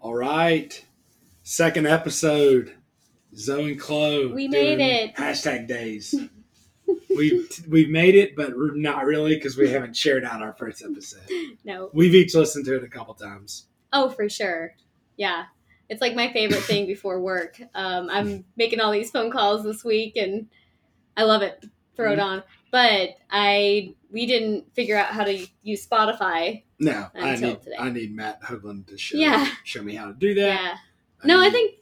All right. Second episode. Zoe and Chloe. We made doing it. Hashtag days. we've we've made it, but we're not really because we haven't shared out our first episode. No. We've each listened to it a couple times. Oh, for sure. Yeah. It's like my favorite thing before work. Um, I'm making all these phone calls this week and I love it. Throw Mm-hmm. it on. But I we didn't figure out how to use Spotify. No, I Until need today. I need Matt Hoagland to show Yeah. show me how to do Yeah. that. No, I need- think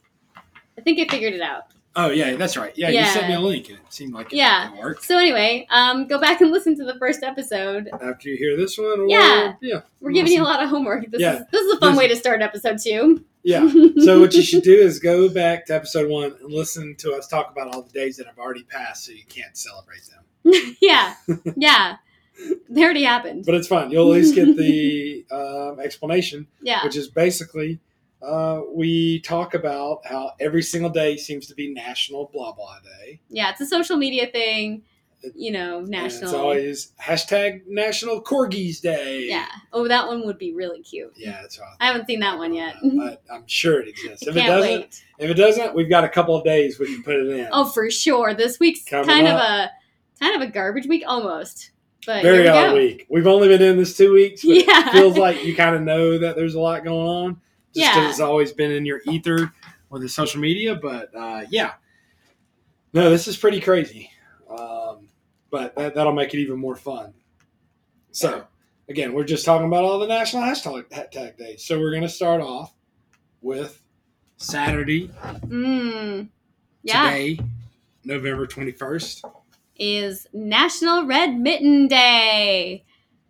I think I figured it out. Oh yeah, that's right. Yeah, you Yeah. sent me a link and it seemed like it, Yeah. it worked. So anyway, um, go back and listen to the first episode. After you hear this one, or, Yeah. yeah, We're giving you a lot of homework. This Yeah. is this is a fun This- way to start episode two. yeah. so what you should do is go back to episode one and listen to us talk about all the days that have already passed so you can't celebrate them yeah. Yeah. They already happened. but it's fine you'll at least get the um, explanation Yeah. which is basically uh, we talk about how every single day seems to be national blah blah day Yeah, it's a social media thing. You know, And national. it's always hashtag national corgis day Yeah. Oh, that one would be really cute. yeah that's right I haven't seen that one yet. but i'm sure it exists if it Can't doesn't wait. if it doesn't we've got a couple of days we can put it in Oh, for sure. This week's Coming kind up. of a kind of a garbage week almost. But very here we odd go. week. We've only been in this two weeks, but Yeah. it feels like you kind of know that there's a lot going on. Just because Yeah. it's always been in your ether or the social media. But uh, yeah. No, this is pretty crazy. Um, but that, that'll make it even more fun. So, again, we're just talking about all the national hashtag, hashtag days. So, we're going to start off with Saturday, Mm. Yeah. today, November 21st, Is National Red Mitten Day.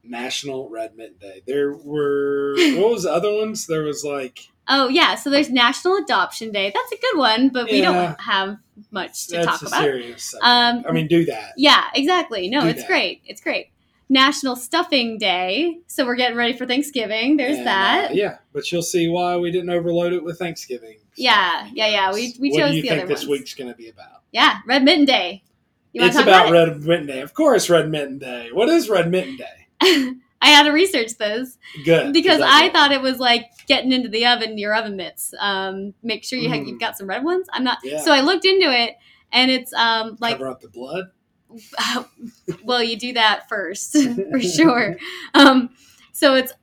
National Red Mitten Day. There were, what was the other ones? There was like, Oh yeah, so there's National Adoption Day. That's a good one, but we Yeah. don't have much to That's talk a about. serious subject. Um, I mean, do that. Yeah, exactly. No, Do it's that. great. It's great. National Stuffing Day. So we're getting ready for Thanksgiving. There's And, uh, that. yeah, but you'll see why we didn't overload it with Thanksgiving. stuff, Yeah, because yeah, yeah, we- we what chose do you the think other this ones. week's going to be about? Yeah, Red Mitten Day. You want it's to talk about, about, it? Red Mitten Day, of course. Red Mitten Day. What is Red Mitten Day? I had to research this Good, because that's I it. thought it was like getting into the oven, your oven mitts. Um, make sure you have, Mm. you've got some red ones. I'm not. Yeah. So I looked into it, and it's um like, oh, cover up the blood. well, you do that first for sure. Um, so it's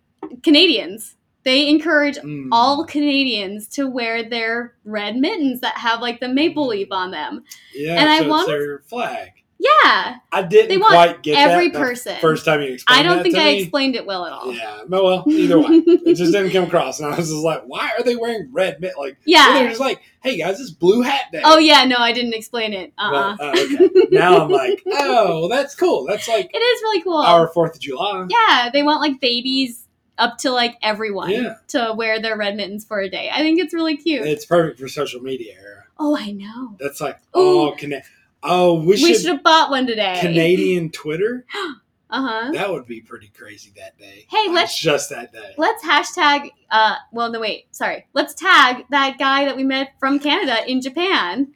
Canadians. They encourage Mm. all Canadians to wear their red mittens that have like the maple leaf on them. yeah, and I so it's wanna- their flag. Yeah, I didn't They want quite get that every the person. First time you explained I don't that think to I me. explained it well at all. Yeah, no, well, either way, it just didn't come across, and I was just like, why are they wearing red mitt? Like, Yeah. they're just like, hey guys, it's Blue Hat Day. Oh yeah, no, I didn't explain it. Uh. Well, uh oh, okay. now I'm like, oh, well, that's cool. That's like It is really cool. our Fourth of July. yeah, they want like babies up to like everyone Yeah. to wear their red mittens for a day. I think it's really cute. It's perfect for social media era. oh, I know. That's like Ooh. oh, Cana- oh, we We should, should have bought one today. Canadian Twitter. Uh huh. That would be pretty crazy that day. Hey, Like, let's- just that day. Let's hashtag. Uh, well, no, wait. Sorry. Let's tag that guy that we met from Canada in Japan.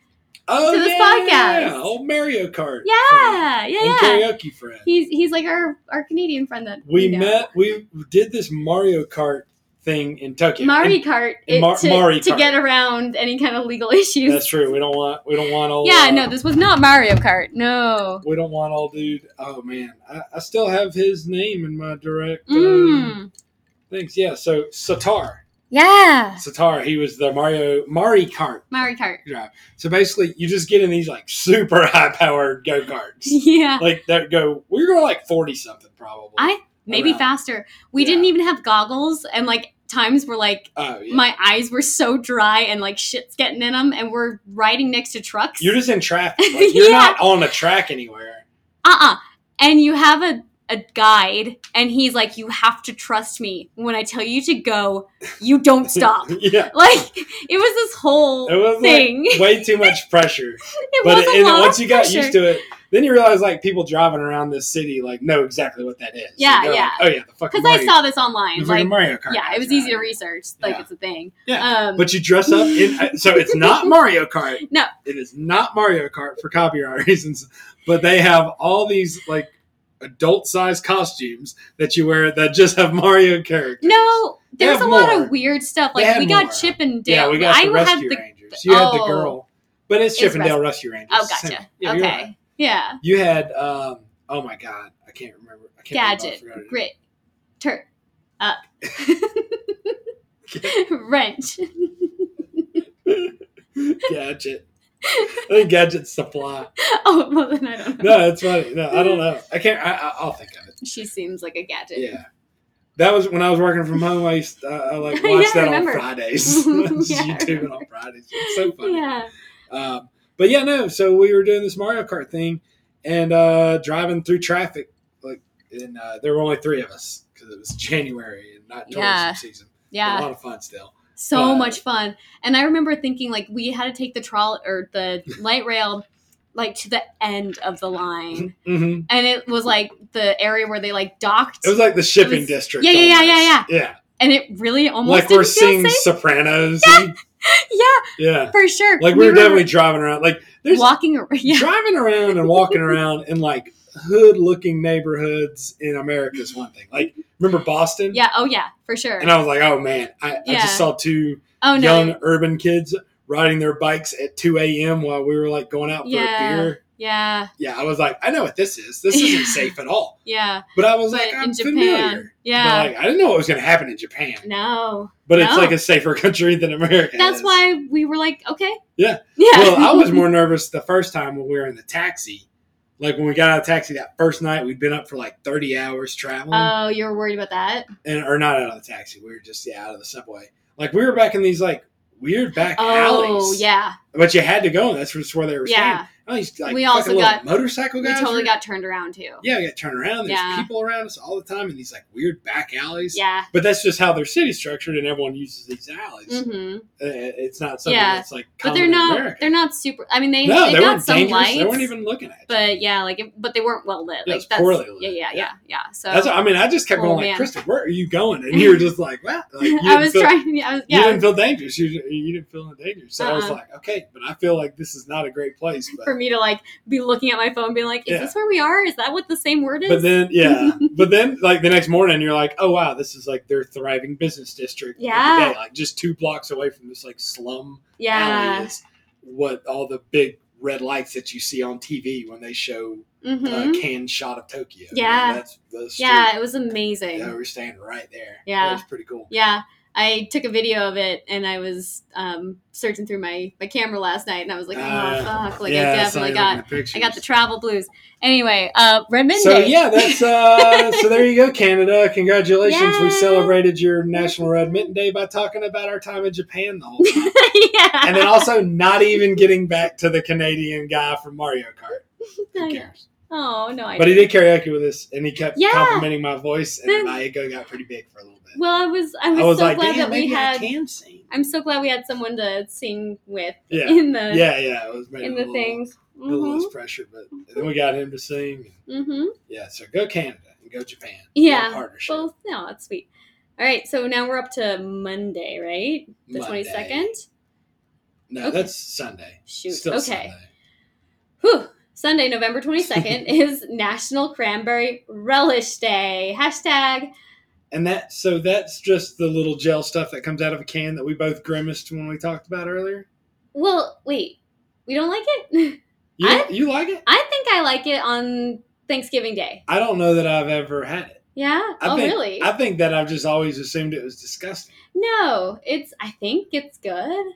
oh to this yeah, podcast. old Mario Kart. friend Yeah, yeah, yeah. and karaoke friend. He's he's like our our Canadian friend that we know. met. We did this Mario Kart thing in Tokyo. Mari And Kart and it- Mar- to, Mari to Kart. get around any kind of legal issues. That's true. We don't want. We don't want old. yeah, uh, no, this was not Mario Kart. No. We don't want old dude. Oh man, I, I still have his name in my direct um, Mm. things. Yeah, so Satar, Yeah. Satar, he was the Mario Mari Kart Mari Kart. drive. So basically, you just get in these like super high powered go karts, Yeah. like that go. We were going like forty something probably. I- Maybe Around. faster. We Yeah. didn't even have goggles and like times were like oh yeah. my eyes were so dry and like shit's getting in them and we're riding next to trucks. you're just in traffic. Like, you're Yeah. not on a track anywhere. uh-uh and you have a, a guide and he's like you have to trust me when i tell you to go you don't stop yeah, like it was this whole it was thing like way too much pressure. it but was it, a and lot once of you got pressure. used to it, then you realize like people driving around this city like know exactly what that is. Like, Yeah, they're yeah. Like, oh yeah, the fucking because Mario, i saw this the online fucking like Mario Kart. yeah it guys was out easy to here. research like Yeah. it's a thing Yeah. um But you dress up in uh, so it's not Mario Kart. No. it is not Mario Kart for copyright reasons. But they have all these like adult sized costumes that you wear that just have Mario characters. no there's have a lot more. of weird stuff. They Like had we got more. Chip and Dale. Yeah, we got I the had Rescue the Rangers. You had the oh. girl, but it's Chip It's and Dale Rescue Rangers. Oh, It's the same. gotcha. Yeah, you're right. okay. Yeah. You had um. Oh my God, I can't remember. I can't Gadget. Remember, I forgot Grit. Tur. Up. Wrench. it. Gadget. I think gadget's supply. Oh well, then I don't know. No, it's funny. No, I don't know. I can't. I, I, I'll think of it. She seems like a gadget. Yeah. That was when I was working from home. I used to, I I, like Yeah, watched I that on remember. Fridays. Yeah, I YouTube it on remember. Fridays. It's so funny. Yeah. Um, but yeah, no. So we were doing this Mario Kart thing and uh, driving through traffic. Like, and uh, there were only three of us because it was January and not tourism Yeah. season. Yeah. a lot of fun still. so But- much fun and i remember thinking like we had to take the trolley or the light rail like to the end of the line hmm and it was like the area where they like docked It was like the shipping was- district. yeah, yeah, yeah, yeah, almost. yeah. and it really like almost we're didn't feel seeing safe. Sopranos. and- yeah yeah. for sure Like we were definitely driving around. Like there's walking around yeah driving around and walking around in like hood looking neighborhoods in America is one thing. Like remember Boston? yeah oh yeah for sure And I was like, oh man, I, I Yeah. just saw two oh no young urban kids riding their bikes at 2 a.m. while we were like going out for Yeah. a beer. yeah Yeah, I was like, I know what this is. This isn't Yeah. safe at all. yeah But I was but like, I'm in japan familiar. yeah But like, I didn't know what was going to happen in Japan. no But it's No. like a safer country than America. that's is. why we were like okay Yeah. yeah Well, I was more nervous the first time when we were in the taxi. Like when we got out of the taxi that first night, we'd been up for like 30 hours traveling. oh you were worried about that and or not out of the taxi. We were just yeah out of the subway. Like we were back in these like weird back oh alleys. yeah But you had to go. And that's just where they were yeah staying. Oh, these, like, We fucking also little got- motorcycle we guys. totally were- got turned around too. Yeah, we got turned around. There's Yeah. people around us all the time in these like weird back alleys. Yeah. But that's just how their city's structured, and everyone uses these alleys. Uh, hmm It's not something Yeah. that's like. But Common they're in not. America. They're not super. I mean, they no, they, they, got weren't some dangerous. lights. They weren't even looking at. You. But yeah, like, it- but they weren't well lit. Yeah, like it's poorly lit. Yeah, yeah, yeah, yeah. So That's. I mean, I just kept Oh, going like, man. Kristen, where are you going? And you were just like, well, like, you I didn't was feel- trying. I was, you yeah. didn't feel dangerous. You, you didn't feel dangerous. So I was Uh-uh. like, okay, but I feel like this is not a great place. For But, me to like be looking at my phone, being like, "Is Yeah. this where we are? Is that what the same word is?" but then, yeah, but then like the next morning, you're like, oh wow, this is like their thriving business district. of the Yeah. day. like just two blocks away from this like slum alley yeah. is what all the big red lights that you see on TV when they show hmm a uh, canned shot of Tokyo. Yeah. that's the street. yeah, it was amazing. Yeah, we were standing right there. Yeah. that was pretty cool. Yeah, I took a video of it, and I was um, searching through my my camera last night, and I was like, "Oh Uh, fuck!" Like yeah, saw I definitely you got looking at pictures. I got the travel blues. Anyway, uh, Red Midday. So yeah, that's uh, so there you go, Canada. Congratulations, we Yay. celebrated your National Red Mitten Day by talking about our time in Japan the whole time, yeah. and then also not even getting back to the Canadian guy from Mario Kart. Who cares? Oh no, I. But he did karaoke with us, and he kept Yeah. complimenting my voice, and Then- my ego got pretty big for a little bit. Well, I was I was, I was so like, glad damn, that we maybe I had. can sing. I'm so glad we had someone to sing with Yeah, in the yeah, yeah. It was maybe in a the little, things. a little hmm less pressure, but then we got him to sing. hmm Yeah, so go Canada and go Japan. Yeah. What a partnership. Well, no, that's sweet. All right, so now we're up to Monday, right? The Monday. twenty second. No, Okay. that's Sunday. Shoot. Still okay. Sunday. Whew. Sunday, November twenty second is National Cranberry Relish Day. Hashtag. And that so that's just the little gel stuff that comes out of a can that we both grimaced when we talked about earlier. Well, wait. We don't like it. You, I- you like it? I think I like it on Thanksgiving Day. I don't know that I've ever had it. Yeah. I oh, think, really? I think that I've just always assumed it was disgusting. no, it's. I think it's good.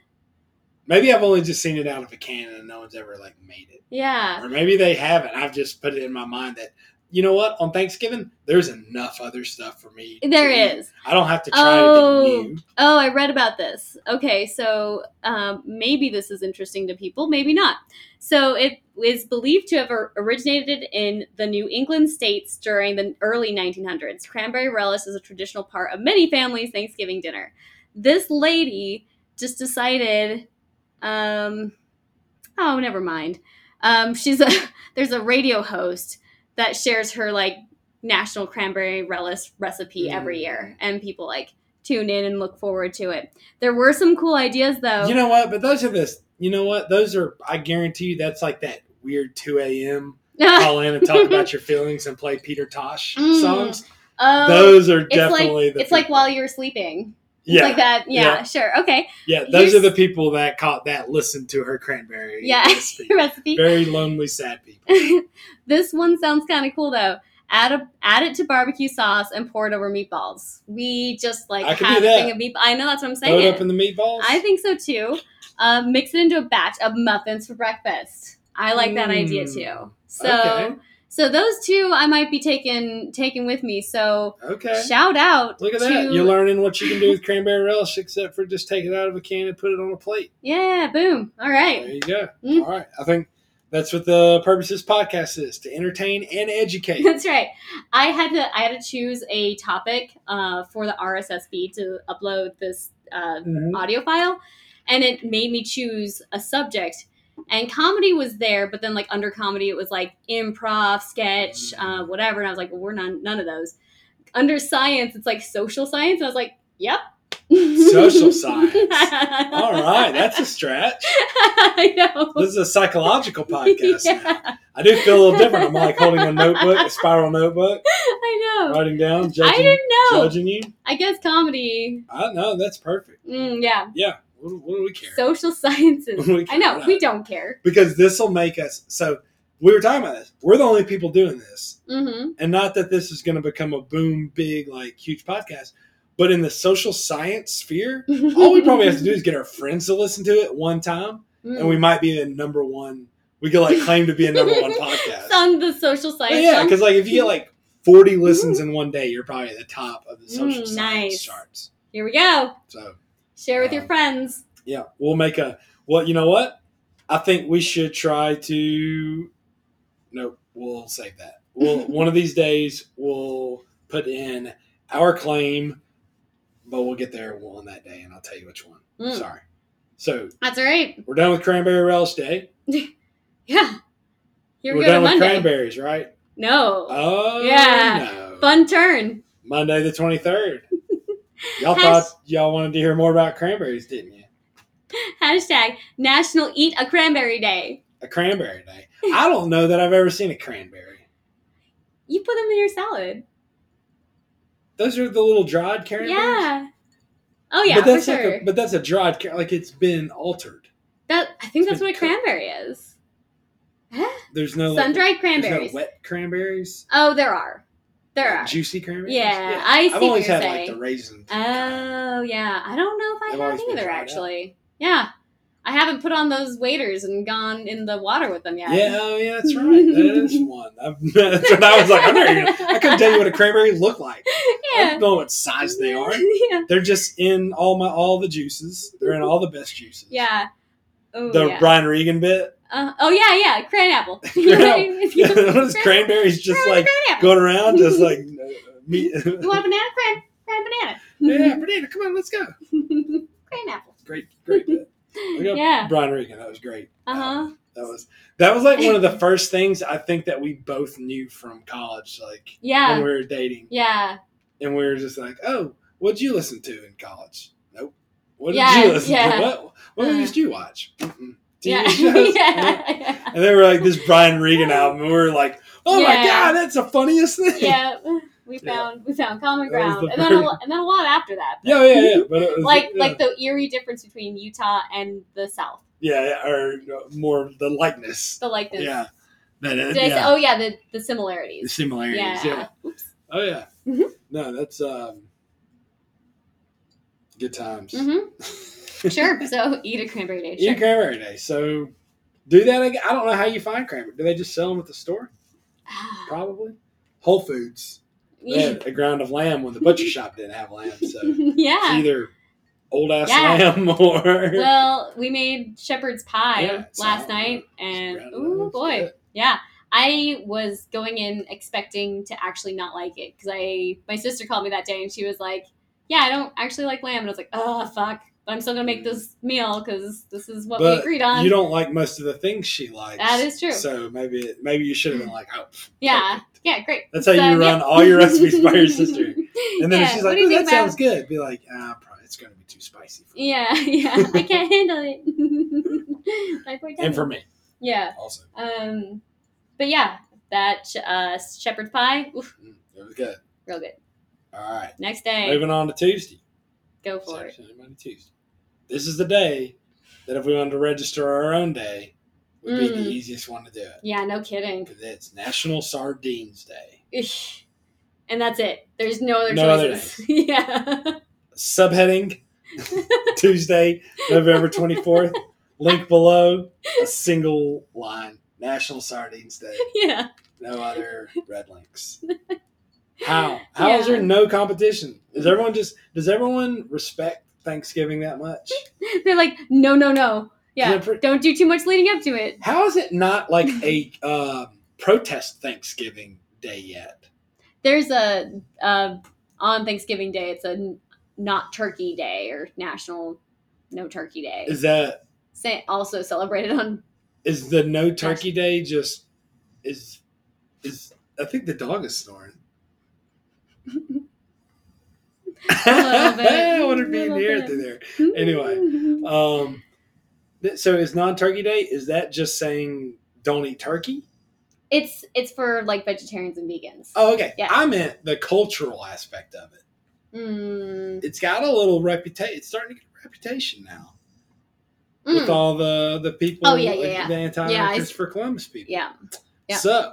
Maybe I've only just seen it out of a can and no one's ever like made it, Yeah. or maybe they haven't. I've just put it in my mind that you know what on Thanksgiving there's enough other stuff for me. There to eat. is. I don't have to try Oh. anything new. Oh, I read about this. Okay, so um, maybe this is interesting to people, maybe not. So it is believed to have or- originated in the New England states during the early 1900s. Cranberry relish is a traditional part of many families' Thanksgiving dinner. This lady just decided, um, oh, never mind. Um, she's a there's a radio host that shares her like national cranberry relish recipe every Mm. year, and people like tune in and look forward to it. There were some cool ideas though. You know what? But those are this. You know what? Those are. I guarantee you that's like that weird two a.m. call in and talk about your feelings and play Peter Tosh Mm. songs. Oh, those are it's like definitely the it's like people. while you're sleeping. It's yeah like that. Yeah, Yeah. sure. Okay. yeah those here's- are the people that caught that listened to her cranberry Yeah. recipe. Recipe. very lonely sad people this one sounds kind of cool though. Add a, add it to barbecue sauce and pour it over meatballs. We just like I can have do a that. thing of meatballs. I know that's what I'm throw saying. it up in the meatballs I think so too. Um, mix it into a batch of muffins for breakfast. I like that idea Mm, too. So so those two I might be taking taking with me. So okay okay shout out Look at to, that. You're learning what you can do with cranberry relish, except for just take it out of a can and put it on a plate. Yeah, boom. All There right. you go. Mm. All right. I think that's what the purpose of this podcast is to entertain and educate. That's right. I had to I had to choose a topic uh, for the RSS feed to upload this uh, Mhm. audio file, and it made me choose a subject. And comedy was there, but then like under comedy, it was like improv, sketch, Mm-hmm. uh, whatever. And I was like, well, we're none none of those. Under science, it's like social science. And I was like, yep, Social science. All right. That's a stretch. I know. This is a psychological podcast. Yeah, now. I do feel a little different. I'm like holding a notebook, a spiral notebook, I know. writing down, I judging, didn't know. judging you. I guess comedy. I don't know. That's perfect. Mm, yeah. Yeah. What, do- what do we care? Social sciences. We I care know. not. We don't care. because this will make us. So we were talking about this. We're the only people doing this. Mm-hmm. and not that this is going to become a boom big like huge podcast but in the social science sphere all we probably have to do is get our friends to listen to it one time Mm. and we might be a number one we could like claim to be a number one podcast on the social But science. yeah song. because like if you get like 40 listens in one day you're probably at the top of the social Mm, science nice. charts Here we go. so Share with your Um, friends. yeah we'll make a well you know what i think we should try to nope we'll save that we'll one of these days we'll put in our claim but we'll get there on that day and i'll tell you which one Mm, sorry so that's all right. we're done with cranberry relish day Yeah. Here we we're go to done with Monday. cranberries right No. oh Yeah. no. Fun turn. monday the 23rd y'all Hash- thought y'all wanted to hear more about cranberries didn't you Hashtag National Eat a Cranberry Day. a cranberry day i don't know that i've ever seen a cranberry You put them in your salad. Those are the little dried cranberries. Yeah. Oh yeah, but for that's sure. like a, but that's a dried cran- like it's been altered. that I think that's It's what a been cooked. cranberry is. There's no like, Sun dried there's no cranberries. wet cranberries. Oh, there are. There Like, are. juicy cranberries. Yeah, I see have what always you're had saying. like the raisin. kind. Oh yeah, I don't know if I They've have always been either dried out. actually. Yeah, I haven't put on those waders and gone in the water with them yet. Yeah, oh yeah, that's right. That is one. I've, that's what I was like. I'm not even, I couldn't tell you what a cranberry looked like. I yeah. don't know what size they are. yeah, They're just in all my all the juices. They're in all the best juices. yeah. Oh The yeah. Brian Regan bit. Uh, oh yeah, yeah. Cran apple. Cran- Those cranberries just Cran- like cran apple. going around, just like uh, me. You want a banana? Cran, cran banana. Mm-hmm. Yeah, Bernina, come on, let's go. cran apple. Great, great bit. Look up Yeah. Brian Regan. That was great. Uh huh. That was that was like one of the first things I think that we both knew from college, like when Yeah. we were dating, Yeah. and we were just like, "Oh, what'd you listen to in college?" Nope. What did Yeah, you listen yeah. to? What what Uh. movies did you watch? Mm-mm. Yeah. TV shows? Nope. yeah. And they were like this Brian Regan album, and we were like, "Oh my Yeah. god, that's the funniest thing!" yeah. We Yeah. found we found common That was ground, the and then a, very- lo- and then a lot after that. yeah, yeah, yeah. But it was, like yeah. like the eerie difference between Utah and the South. yeah, yeah, or uh, more the likeness. The likeness. Yeah, That- Did yeah. I say, oh yeah, the the the similarities. similarities. Yeah. Yeah. Oh yeah. Mhm. No, that's um, good times. hmm Sure. So eat a cranberry day. Eat Sure. cranberry day. So do that again. I don't know how you find cranberry. Do they just sell them at the store? Probably. Whole Foods. They yeah. had a ground of lamb when the butcher shop didn't have lamb, so it's either old ass Yeah. lamb or Well, we made shepherd's pie Yeah, it's last all- night, Just and ground lamb. oh It's boy, good. yeah. I was going in expecting to actually not like it because I my sister called me that day and she was like, "Yeah, I don't actually like lamb," and I was like, "Oh fuck." But I'm still gonna make this meal because this is what we But agreed on. You don't like most of the things she likes. Um, That is true. So maybe it, maybe you should have been like, oh, pff, Yeah, yeah, great. that's how you So, yeah. run all your recipes by your sister. And then yeah. if she's what like, do you "Ooh, that think about- sounds good," be like, "Ah, probably it's going to be too spicy." For me." Yeah, yeah, I can't handle it. My poor tummy. And for me, yeah, also, um, but yeah, that uh, shepherd's pie, oof, Mm, it was good. real good. All right. Next day, Moving on to Tuesday. go for it. Saturday, Monday, Tuesday. This is the day that if we wanted to register our own day, would be Mm. the easiest one to do it. Yeah, no kidding. 'Cause It's National Sardines Day. Eesh. And that's it. There's no other No other choices. yeah. Subheading Tuesday, November 24th. Link below. A single line National Sardines Day. yeah. No other red links. How? How is there Yeah. no competition? Is everyone just does everyone respect Thanksgiving that much? They're like, no, no, no. Yeah. They're pre- Don't do too much leading up to it. How is it not like a uh, protest Thanksgiving day yet? There's a, uh on Thanksgiving Day, it's a n- not turkey day or national no turkey day. Is that Sa- also celebrated on. is the no turkey day just is is I think the dog is snoring. little bit. I wonder if being A little near bit. through there. Anyway. Um, th- so is non turkey day? Is that just saying don't eat turkey? It's it's for like vegetarians and vegans. Oh, okay. Yeah. I meant the cultural aspect of it. Mm. It's got a little reputation. It's starting to get a reputation now with Mm. all the the people. Oh, yeah, yeah, like, yeah. The anti Yeah, I- Christopher Columbus people. Yeah. Yeah. So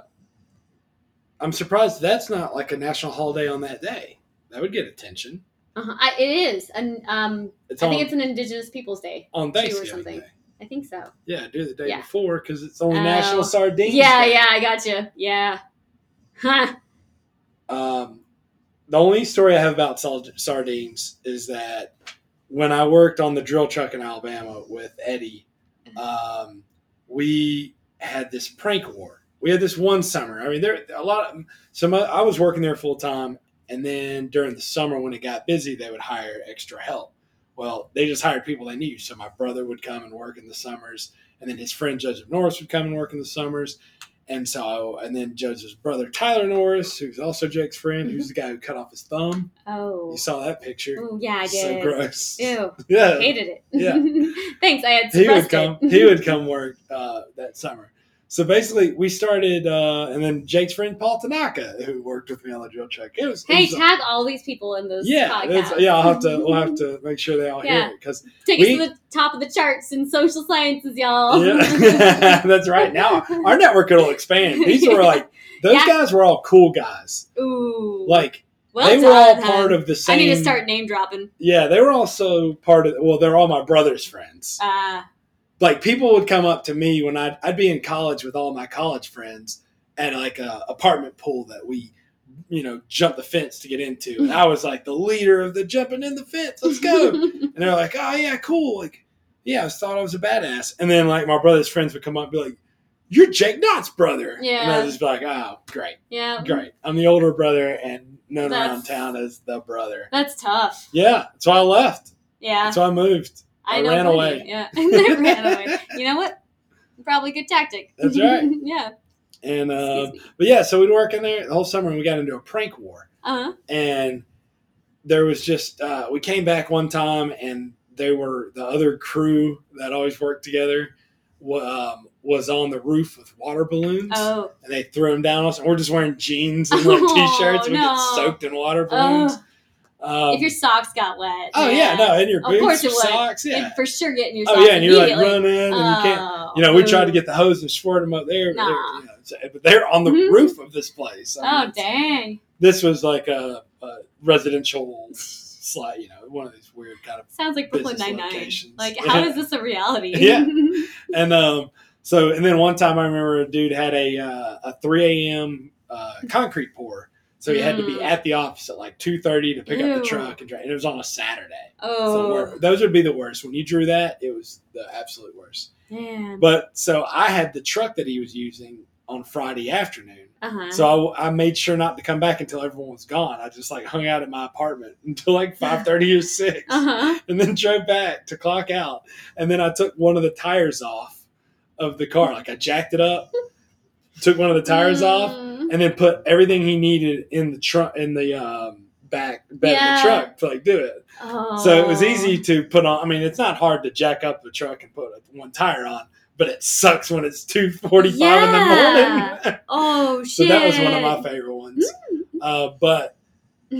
I'm surprised that's not like a national holiday on that day. That would get attention. Uh-huh. I, it is. And um, It's I on, think it's an Indigenous Peoples Day. on two or Thanksgiving. something. Day. I think so. Yeah, do it the day Yeah. before because it's only Oh. National Sardines. Yeah, Day. yeah, I got you. Yeah. Huh. Um, the only story I have about sal- sardines is that when I worked on the drill truck in Alabama with Eddie, um, we had this prank war. We had this one summer. I mean, there a lot. Of, so my, I was working there full time, and then during the summer when it got busy, they would hire extra help. Well, they just hired people they knew. So my brother would come and work in the summers, and then his friend Joseph Norris would come and work in the summers. And so, and then Joseph's brother Tyler Norris, who's also Jake's friend, who's the guy who cut off his thumb. Oh. You saw that picture. Ooh, yeah, Mm-hmm. I So did. gross. Ew, Yeah. hated it. Yeah. Thanks, I had he would suppressed come. it. he would come work uh, that summer. So basically, we started, uh, and then Jake's friend Paul Tanaka, who worked with me on the drill check, it was. Hey, it was- tag all these people in those yeah, podcasts. that's, yeah. I'll have to. We'll have to make sure they all Yeah. hear it because Take we- us to the top of the charts in social sciences, y'all. yeah, that's right. Now our network will expand. These were like those Yeah. guys were all cool guys. Ooh. Like well they were all done, part hun. of the I same. need to start name dropping. Yeah, they were also part of. Well, they're all my brother's friends. Uh, like people would come up to me when I'd, I'd be in college with all my college friends at like a apartment pool that we you know jump the fence to get into and i was like the leader of the jumping in the fence let's go and they're like oh yeah cool like yeah i just thought i was a badass and then like my brother's friends would come up and be like you're jake knott's brother and Yeah. i'd just be like oh great yeah. great i'm the older brother and known around That's- town as the brother That's tough. yeah so i left Yeah. so i moved I know ran plenty. away. Yeah, I ran away. You know what? Probably a good tactic. That's right. yeah. and uh, Excuse me. But yeah, so we'd work in there the whole summer, and we got into a prank war. Uh huh. And there was just uh, we came back one time, and they were the other crew that always worked together wa- um, was on the roof with water balloons, Oh. and they threw them down on us. And we're just wearing jeans and like Oh, t-shirts, and we get no. soaked in water Oh. balloons. Um, if your socks got wet. oh yeah, no, and your Of boots, course your it would. socks, You'd yeah. for sure getting your socks. Oh yeah, and you're like immediately. running, and you can't. Oh. You know, we tried to get the hose and squirt them up there, but, Nah. they're, you know, so- but they're on the Mhm. roof of this place. I mean, Oh it's- dang! This was like a, a residential slide, you know, one of these weird kind of. Sounds like Brooklyn Business Nine Nine. locations. Like, how Yeah. is this a reality? Yeah. And um, so, and then one time I remember a dude had a uh, a 3 a.m. Uh, concrete pour, so he had to be Mm. at the office at like 2:30 to pick up Ew. the truck and, drive, and it was on a Saturday. So oh wor- those would be the worst. When you drew that, it was the absolute worst. man. But so I had the truck that he was using on Friday afternoon. Uh huh. So I, I made sure not to come back until everyone was gone. I just like hung out at my apartment until like five thirty or six, uh huh. and then drove back to clock out. And then I took one of the tires off of the car, like I jacked it up, took one of the tires Mm. off, and then put everything he needed in the truck in the um, back bed Yeah. of the truck to like do it. Oh. So it was easy to put on. I mean, it's not hard to jack up the truck and put one tire on, but it sucks when it's two forty-five in the Yeah. morning. Oh shit! So Mm. that was one of my favorite ones. Uh, but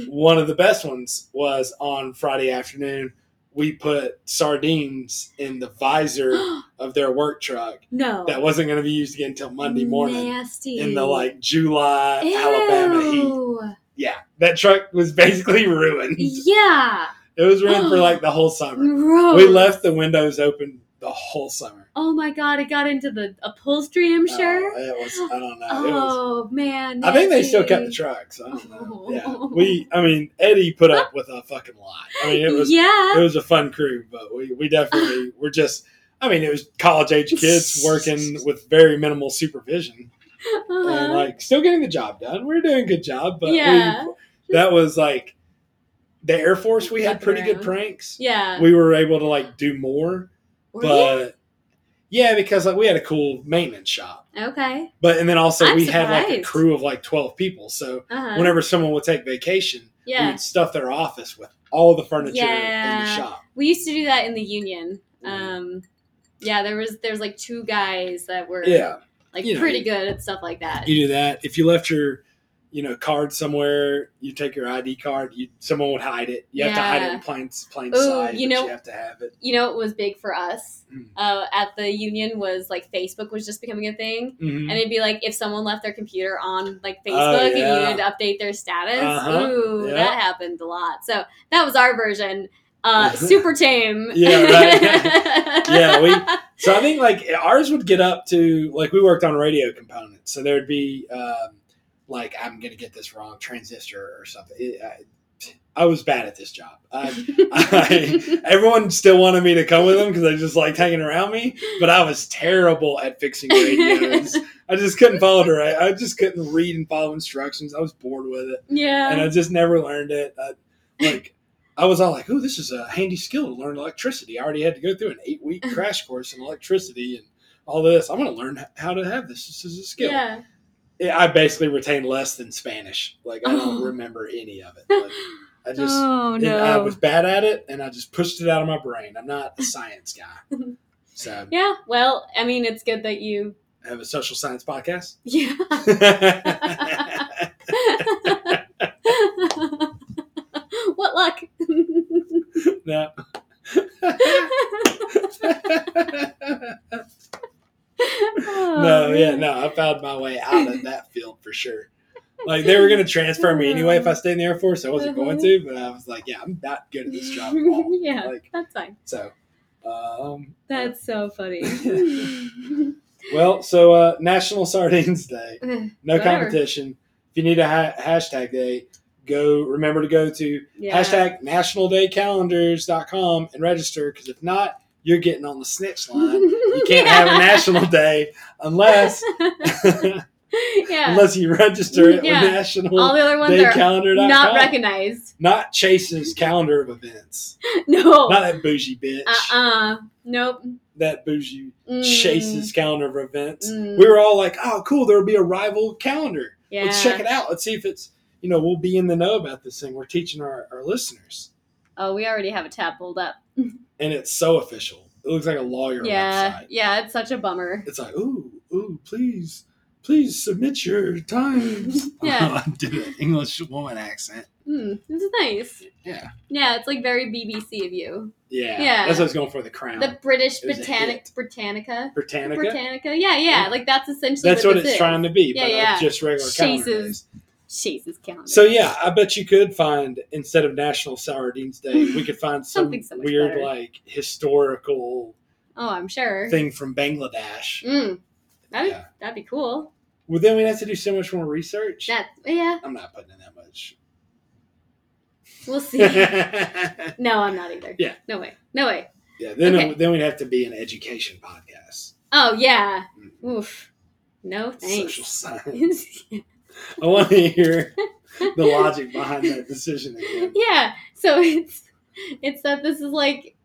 one of the best ones was on Friday afternoon. We put sardines in the visor of their work truck no. that wasn't going to be used again until Monday morning Nasty. in the like July Ew. Alabama heat. Yeah, that truck was basically ruined. Yeah. It was ruined for like the whole summer. Gross. We left the windows open the whole summer. Oh my god, it got into the upholstery, I'm sure. Uh, it was. I don't know. It was. oh man. I think they nasty. still kept the trucks. I don't know. Oh. Yeah, we. I mean, Eddie put up with a fucking lot. I mean, it was yeah. it was a fun crew, but we we definitely were just. I mean, it was college age kids working with very minimal supervision Uh-huh. and like still getting the job done. We were doing a good job, but we- Yeah. that was like the Air Force. We had Fucking pretty good around. pranks. yeah. We were able to like do more, Were but yeah, because like we had a cool maintenance shop. you? okay. But and then also I'm we had like a surprised. crew of like twelve people, so Uh-huh. whenever someone would take vacation, we yeah. would stuff their office with all the furniture in the Yeah. shop. We used to do that in the union. Mhm. Um yeah, there was there's like two guys that were Yeah, like you know, pretty you- good at stuff like that. you do that. If you left your, you know, card somewhere, you take your ID card. You someone would hide it. You have to hide it Yeah. in plain plain Ooh, sight. you but know- you have to have it. you know it was big for us Mm. uh, at the union was like facebook was just becoming a thing Mhm. and it'd be like if someone left their computer on like facebook and Oh, yeah. you had to update their status Uh-huh. ooh Yeah. that happened a lot so that was our version uh, super tame Yeah, right. Yeah, we- So I think like ours would get up to like we worked on radio components, so there'd be um, like I'm gonna get this wrong transistor or something. It- I, I was bad at this job. I, I, everyone still wanted me to come with them because they just liked hanging around me, but I was terrible at fixing radios. I just couldn't follow the right. I just couldn't read and follow instructions. I was bored with it, yeah and I just never learned it. I, like. I was all like, "Ooh, this is a handy skill to learn electricity." I already had to go through an eight-week crash course in electricity and all this. I'm going to learn h- how to have this. This is a skill. yeah Yeah, I basically retain less than Spanish. Like I don't Oh. remember any of it. Like, I just oh and no I was bad at it, and I just pushed it out of my brain. I'm not a science guy, so yeah well i mean it's good that you I have a social science podcast. yeah what luck no, no, Oh, yeah, no. I found my way out of that field for sure. Like they were going to transfer me anyway if I stayed in the Air Force. I wasn't going to, but I was like, yeah, I'm not good at this job at all. Uh-huh. yeah, Like that's fine. so. Um, That's so funny. well, so uh, National Sardines Day. No Whatever. competition. If you need a ha- hashtag day, go remember to go to yeah. hashtag nationaldaycalendars.com and register because if not, you're getting on the snitch line. You can't have a national day unless yeah. unless you register it Yeah. with All national the other ones day are calendar.com. not recognized. Not Chase's calendar of events. No. Not that bougie bitch. Uh uh Nope. That bougie Mm. Chase's calendar of events. Mm. We were all like, oh, cool, there'll be a rival calendar. Yeah. let's check it out. Let's see if it's you know we'll be in the know about this thing. We're teaching our, our listeners, Oh, we already have a tab pulled up. and it's so official. It looks like a lawyer Yeah. website. Yeah. It's such a bummer. It's like ooh ooh please please submit your times. Yeah. I did an English woman accent. Mm, it's nice. Yeah. Yeah. It's like very BBC of you. Yeah, Yeah. That's what I was going for the crown. The British It was a Botanic hit. Britannica. Britannica. Britannica. Yeah, yeah. Yeah. Like that's essentially That's what what, it's trying to be, Yeah, but yeah. of just regular calendar Chases. days. Chase's calendar. So yeah, I bet you could find instead of National Sardines Day, we could find some Something so much weird better. like historical Oh, I'm sure. thing from Bangladesh. Mm, that'd, Yeah. that'd be cool. Well, then we'd have to do so much more research. That yeah. I'm not putting in that much. We'll see. yeah, no, I'm not either. Yeah. No way. No way. then uh, Okay. then we'd have to be an education podcast. Oh yeah. Mm. Oof. No thanks. Social science. I want to hear the logic behind that decision again. yeah. So it's it's that this is like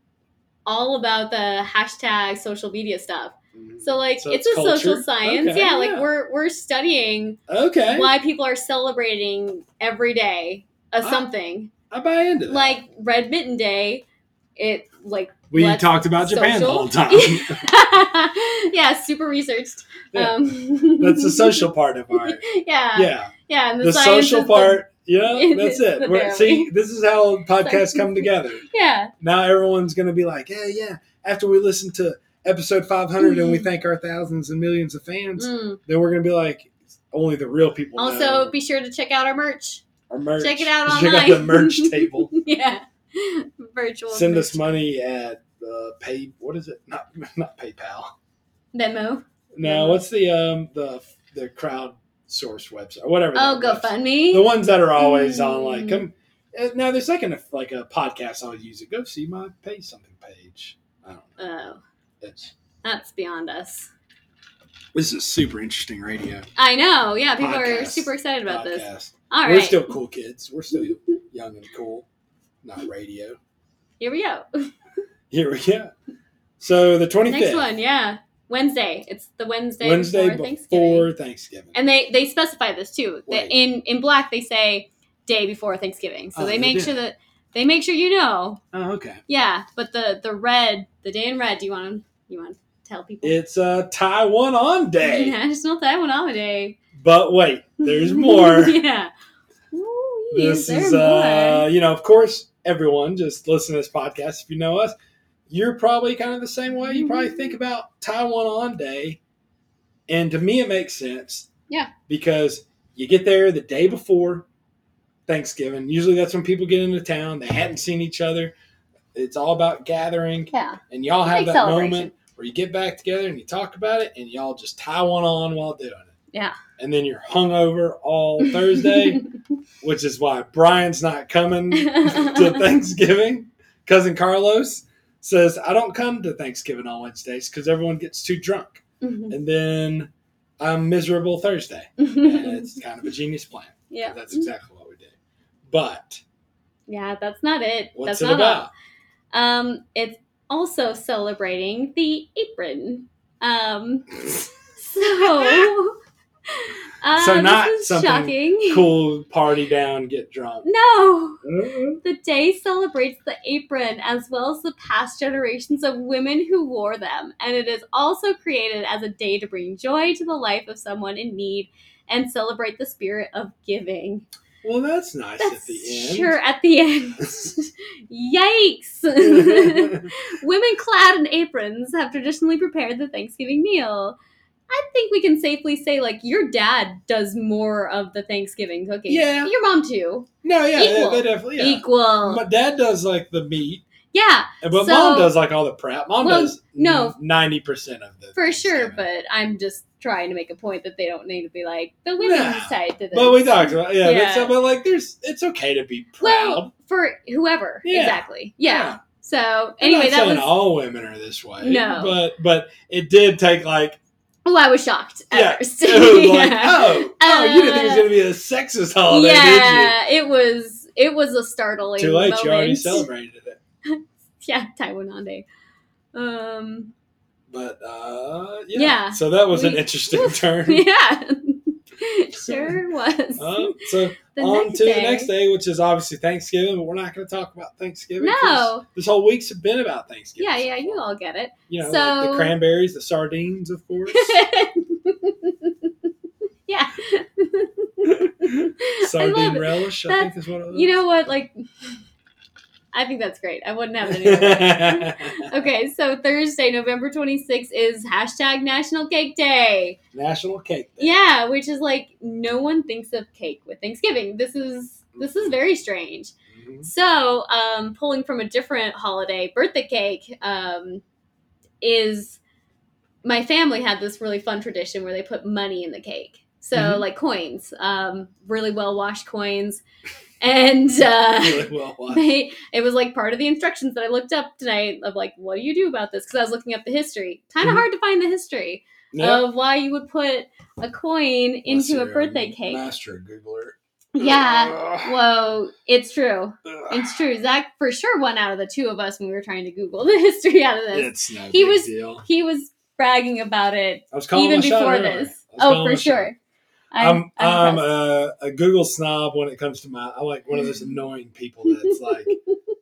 all about the hashtag social media stuff. Mhm. So like So it's, it's a social culture? science. Okay, yeah, like yeah. we're we're studying Okay, why people are celebrating every day a Ah. something. I buy into that. like Red Mitten Day, it like we what's talked about Japan the social? whole time. yeah, super researched. Yeah. Um, That's the social part of our yeah, yeah, yeah. and the, The science social is part Yeah, that's It's the it. We're, barely. see, this is how podcasts come together. Yeah. Now everyone's going to be like, yeah, yeah. After we listen to episode 500 and we thank our thousands and millions of fans, Mm-hmm. Mm. then we're going to be like, only the real people. know. Also, be sure to check out our merch. Our merch. Check it out online. Check out the merch table. yeah. Virtual. Send merch. us money at uh, pay. What is it? Not not PayPal. Venmo. No, Mm-hmm. what's the um the the crowd source website? Whatever. Oh, that website- GoFundMe. The ones that are always on like Mm. come. uh, Now there's like a like a podcast I'll use it. Go see my pay something page. I don't know. Oh, It's that's beyond us. this is super interesting radio I know. Yeah, people are Podcast. super excited about podcast. this. All We're right. still cool kids. We're still young and cool. Not radio. Here we go. Here we go. So the 25th. Next one. Yeah. Wednesday. It's the Wednesday, Wednesday before Thanksgiving. before Thanksgiving. And they they specify this too. That Right. in in black they say day before Thanksgiving. So Oh, they they make do. sure that they make sure you know. oh, okay. Yeah, but the the red, the day in red. Do you want to you want to tell people? It's uh, Taiwan on day. National Taiwan Holiday. But wait, there's more. yeah. Ooh, this there is, more? uh, you know, of course, everyone just listen to this podcast. If you know us, you're probably kind of the same way. You Mm-hmm. probably think about Taiwan on day. And to me, it makes sense. Yeah. Because you get there the day before Thanksgiving. Usually that's when people get into town. They hadn't seen each other. It's all about gathering. yeah. and y'all have Big that celebration. moment where you get back together and you talk about it and y'all just tie one on while doing it. Yeah. And then you're hungover all Thursday, which is why Brian's not coming to Thanksgiving. Cousin Carlos says, I don't come to Thanksgiving on Wednesdays because everyone gets too drunk. And then I'm miserable Thursday. And it's kind of a genius plan. yeah. That's exactly what we did. But Yeah, that's not it. what's that's it not all. about? Um, it's also celebrating the apron. Um, so, uh, So not this is something shocking. Cool, party down, get drunk. No, Uh-uh. the day celebrates the apron as well as the past generations of women who wore them, and it is also created as a day to bring joy to the life of someone in need and celebrate the spirit of giving. Well, that's nice That's at the end. sure at the end. Yikes! Women clad in aprons have traditionally prepared the Thanksgiving meal. I think we can safely say, like, your dad does more of the Thanksgiving cooking. Yeah. Your mom, too. no, yeah, Equal. they, they definitely. Yeah. Equal. My dad does like the meat, yeah, but So- mom does like all the prep. Mom Well, does no. ninety percent of the for sure, Thanksgiving. but I'm just trying to make a point that they don't need to be like, the women's No. side to this. But we talked about yeah, Yeah. But, so, but like there's it's okay to be proud. Well, for whoever. Yeah. Exactly. Yeah. Yeah. So, I'm anyway, not that saying was. all women are this way. No. but but it did take like, oh, I was shocked at Yeah. first. it was like Yeah. oh oh you didn't think it was Uh, gonna be a sexist holiday, yeah, it was. It was a startling. did you? Too late, moment. you already celebrated it. yeah, Taiwan Ande. Um, But uh, yeah. Yeah. so that was an We- interesting turn. yeah, sure was. Um, so The on next to day- the next day, which is obviously Thanksgiving, but we're not going to talk about Thanksgiving. 'cause No, This whole week's been about Thanksgiving. yeah, yeah, you all get it. You know, So- like the cranberries, the sardines, of course. yeah, I love Sardine it. relish, I That's- think is what it was. You know what? Like, I think that's great. I wouldn't have it any other way. Okay, so Thursday, November 26th is hashtag National Cake Day. National Cake Day. Yeah, which is like no one thinks of cake with Thanksgiving. This is this is very strange. Mhm. So, um, pulling from a different holiday, birthday cake um, is my family had this really fun tradition where they put money in the cake. So, Mhm. like coins, um, really well washed coins. And uh, Really well watched. they, it was like part of the instructions that I looked up tonight of like, what do you do about this? Because I was looking up the history. Kind of Mhm. hard to find the history Yep. of why you would put a coin Unless Oh, into a you're birthday cake. Master Googler. Yeah. Ugh. Whoa, it's true. Ugh. It's true. Zach for sure won out of the two of us when we were trying to Google the history out of this. It's no He big was- deal. He was bragging about it I was calling even my shot before earlier. this. I was Oh, calling my for shot. Um, sure. I'm I'm, impressed. a, a Google snob when it comes to my I'm like one of those annoying people that's like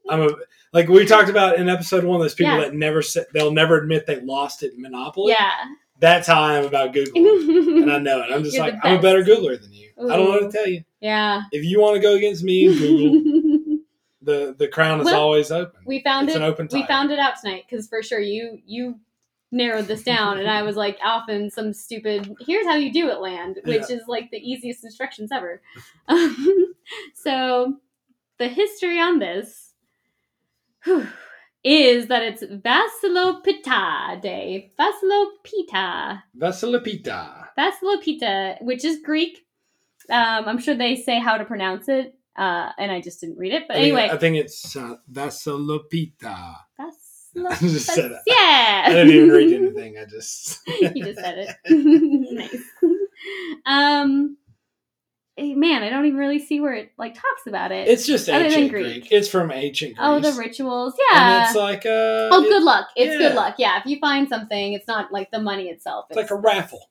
I'm a like we talked about in episode one those people Yeah. that never sa- they'll never admit they lost at Monopoly. yeah. That's how I am about Google, and I know it. I'm just You're like the I'm a better best. Googler than you. I don't know what to tell you. Yeah. If you want to go against me, Google the the crown is Well, always open. we found it's it. an open We tie. found it out tonight because for sure you you narrowed this down, and I was like off in some stupid. Here's how you do it, land, which is like the easiest instructions ever. Um, so the history on this whew, is that it's Vasilopita Day, Vasilopita, Vasilipita. Vasilopita, which is Greek. Um, I'm sure they say how to pronounce it, uh, and I just didn't read it. But I think- anyway, I think it's uh, Vasilipita. I Vasilopita. just said it. Yeah. I didn't even read anything. I just you just said it. nice. Um, eh, man, I don't even really see where it like talks about it. it's just Other than ancient Greek. Greek. It's from ancient Greece. oh, the rituals. And Yeah. it's like uh, a oh, good luck. It's yeah. good luck. Yeah. If you find something, it's not like the money itself. It's like a raffle,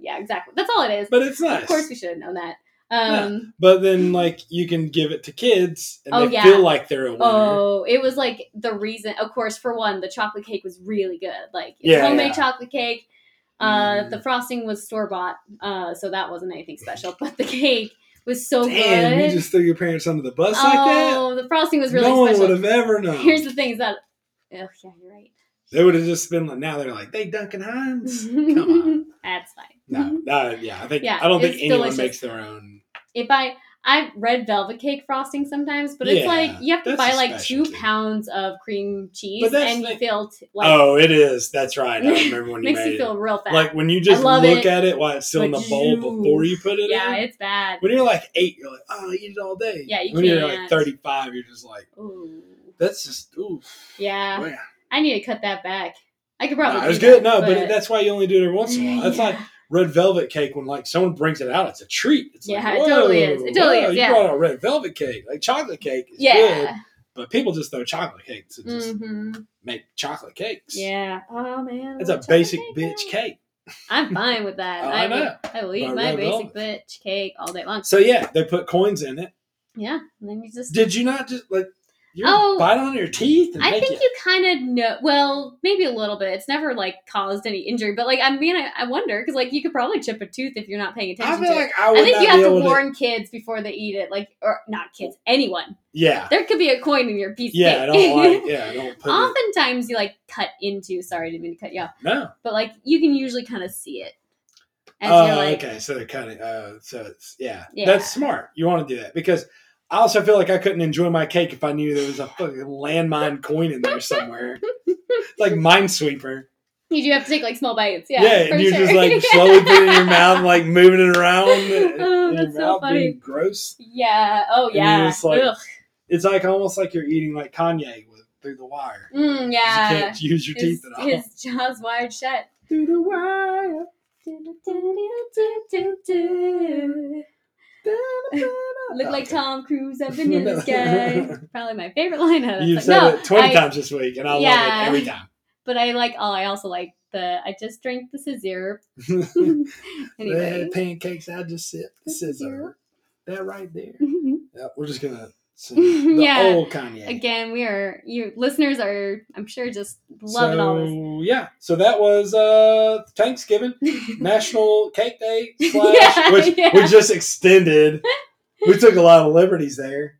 yeah, exactly. That's all it is. but it's nice. Of course, we should have known that. Um, But then, like, you can give it to kids, and Oh, they yeah. feel like they're a winner. Oh, it was like the reason. Of course, for one, the chocolate cake was really good. Like it's Yeah, homemade yeah. chocolate cake. Uh, Mm. The frosting was store bought, uh, so that wasn't anything special. But the cake was so Damn, good. you just threw your parents under the bus like that. oh, the frosting was really no one would special. have ever known. Here's the thing: is that oh yeah, you're right. they would have just been like, now they're like, they Duncan Hines. Come on. That's fine. No, no, yeah, I think Mm-hmm. Yeah, I don't think it's anyone delicious. makes their own. If I I red velvet cake frosting sometimes, but Yeah, it's like you have to that's a buy like two specialty. pounds of cream cheese, But that's and you the- feel t- like oh, it is. That's right. I remember when you makes made you feel real it. fat. Like when you just love look it. at it while it's still in But the bowl you- before you put it yeah, in. it's bad. when you're like eight, you're like, oh, I eat it all day. Yeah, you when you're like can't. 35, you're just like, Ooh. that's just ooh. Yeah, man. I need to cut that back. I could probably. Nah, it was do good. that, No, but, that's why you only do it every once in a while. That's Yeah. like red velvet cake when like someone brings it out. It's a treat. It's Yeah, like, it totally is. It totally wow, is, You yeah. brought out red velvet cake. Like chocolate cake is good, yeah. but people just throw chocolate cakes and just hmm make chocolate cakes. Yeah. Oh man. That's a chocolate basic cake, bitch huh? cake. I'm fine with that. Oh, I I, know. will, I will eat But my red basic velvet. bitch cake all day long. So yeah, they put coins in it. Yeah, and then you just. Did you not just like you Oh. bite on your teeth and I make think it? you kind of know. Well, maybe a little bit. It's never like caused any injury, but like I mean, I, I wonder because like you could probably chip a tooth if you're not paying attention. I feel to it. like I would I think not you be have to able to. warn kids before they eat it, like or not kids, anyone. Yeah, There could be a coin in your piece. of yeah. I cake. don't like. Yeah, I don't put it. Oftentimes, you like cut into. Sorry, didn't mean to cut you off, No. but like you can usually kind of see it as Oh, you're like, okay. So they're cutting. Uh, so it's, yeah. Yeah. that's smart. You want to do that because I also feel like I couldn't enjoy my cake if I knew there was a fucking landmine coin in there somewhere, like Minesweeper. you do have to take like small bites. Yeah, Yeah, for and you're sure. just like slowly putting it in your mouth, like moving it around. and Oh, your that's so mouth funny. being Gross. yeah. Oh, And you're yeah. just like- Ugh. It's like almost like you're eating like Kanye with through the wire. Mm, 'Cause You yeah. can't use your His, teeth at all. his jaw's wide shut. through the wire. Look Oh, like Tom Cruise up in the sky. Probably my favorite line out of that You've song. said no, it 20 I- times this week, and I Yeah. love it every time. But I like. Oh, I also like the. I just drank the scissor. They anyway. had pancakes. I just sipped the That's scissor. That right there. Mm-hmm. Yeah, we're just gonna sing the Yeah. old Kanye. Again, we are you listeners are I'm sure just loving all this. So, Yeah. So that was uh Thanksgiving National Cake Day slash, Yeah, which yeah. we just extended. we took a lot of liberties there,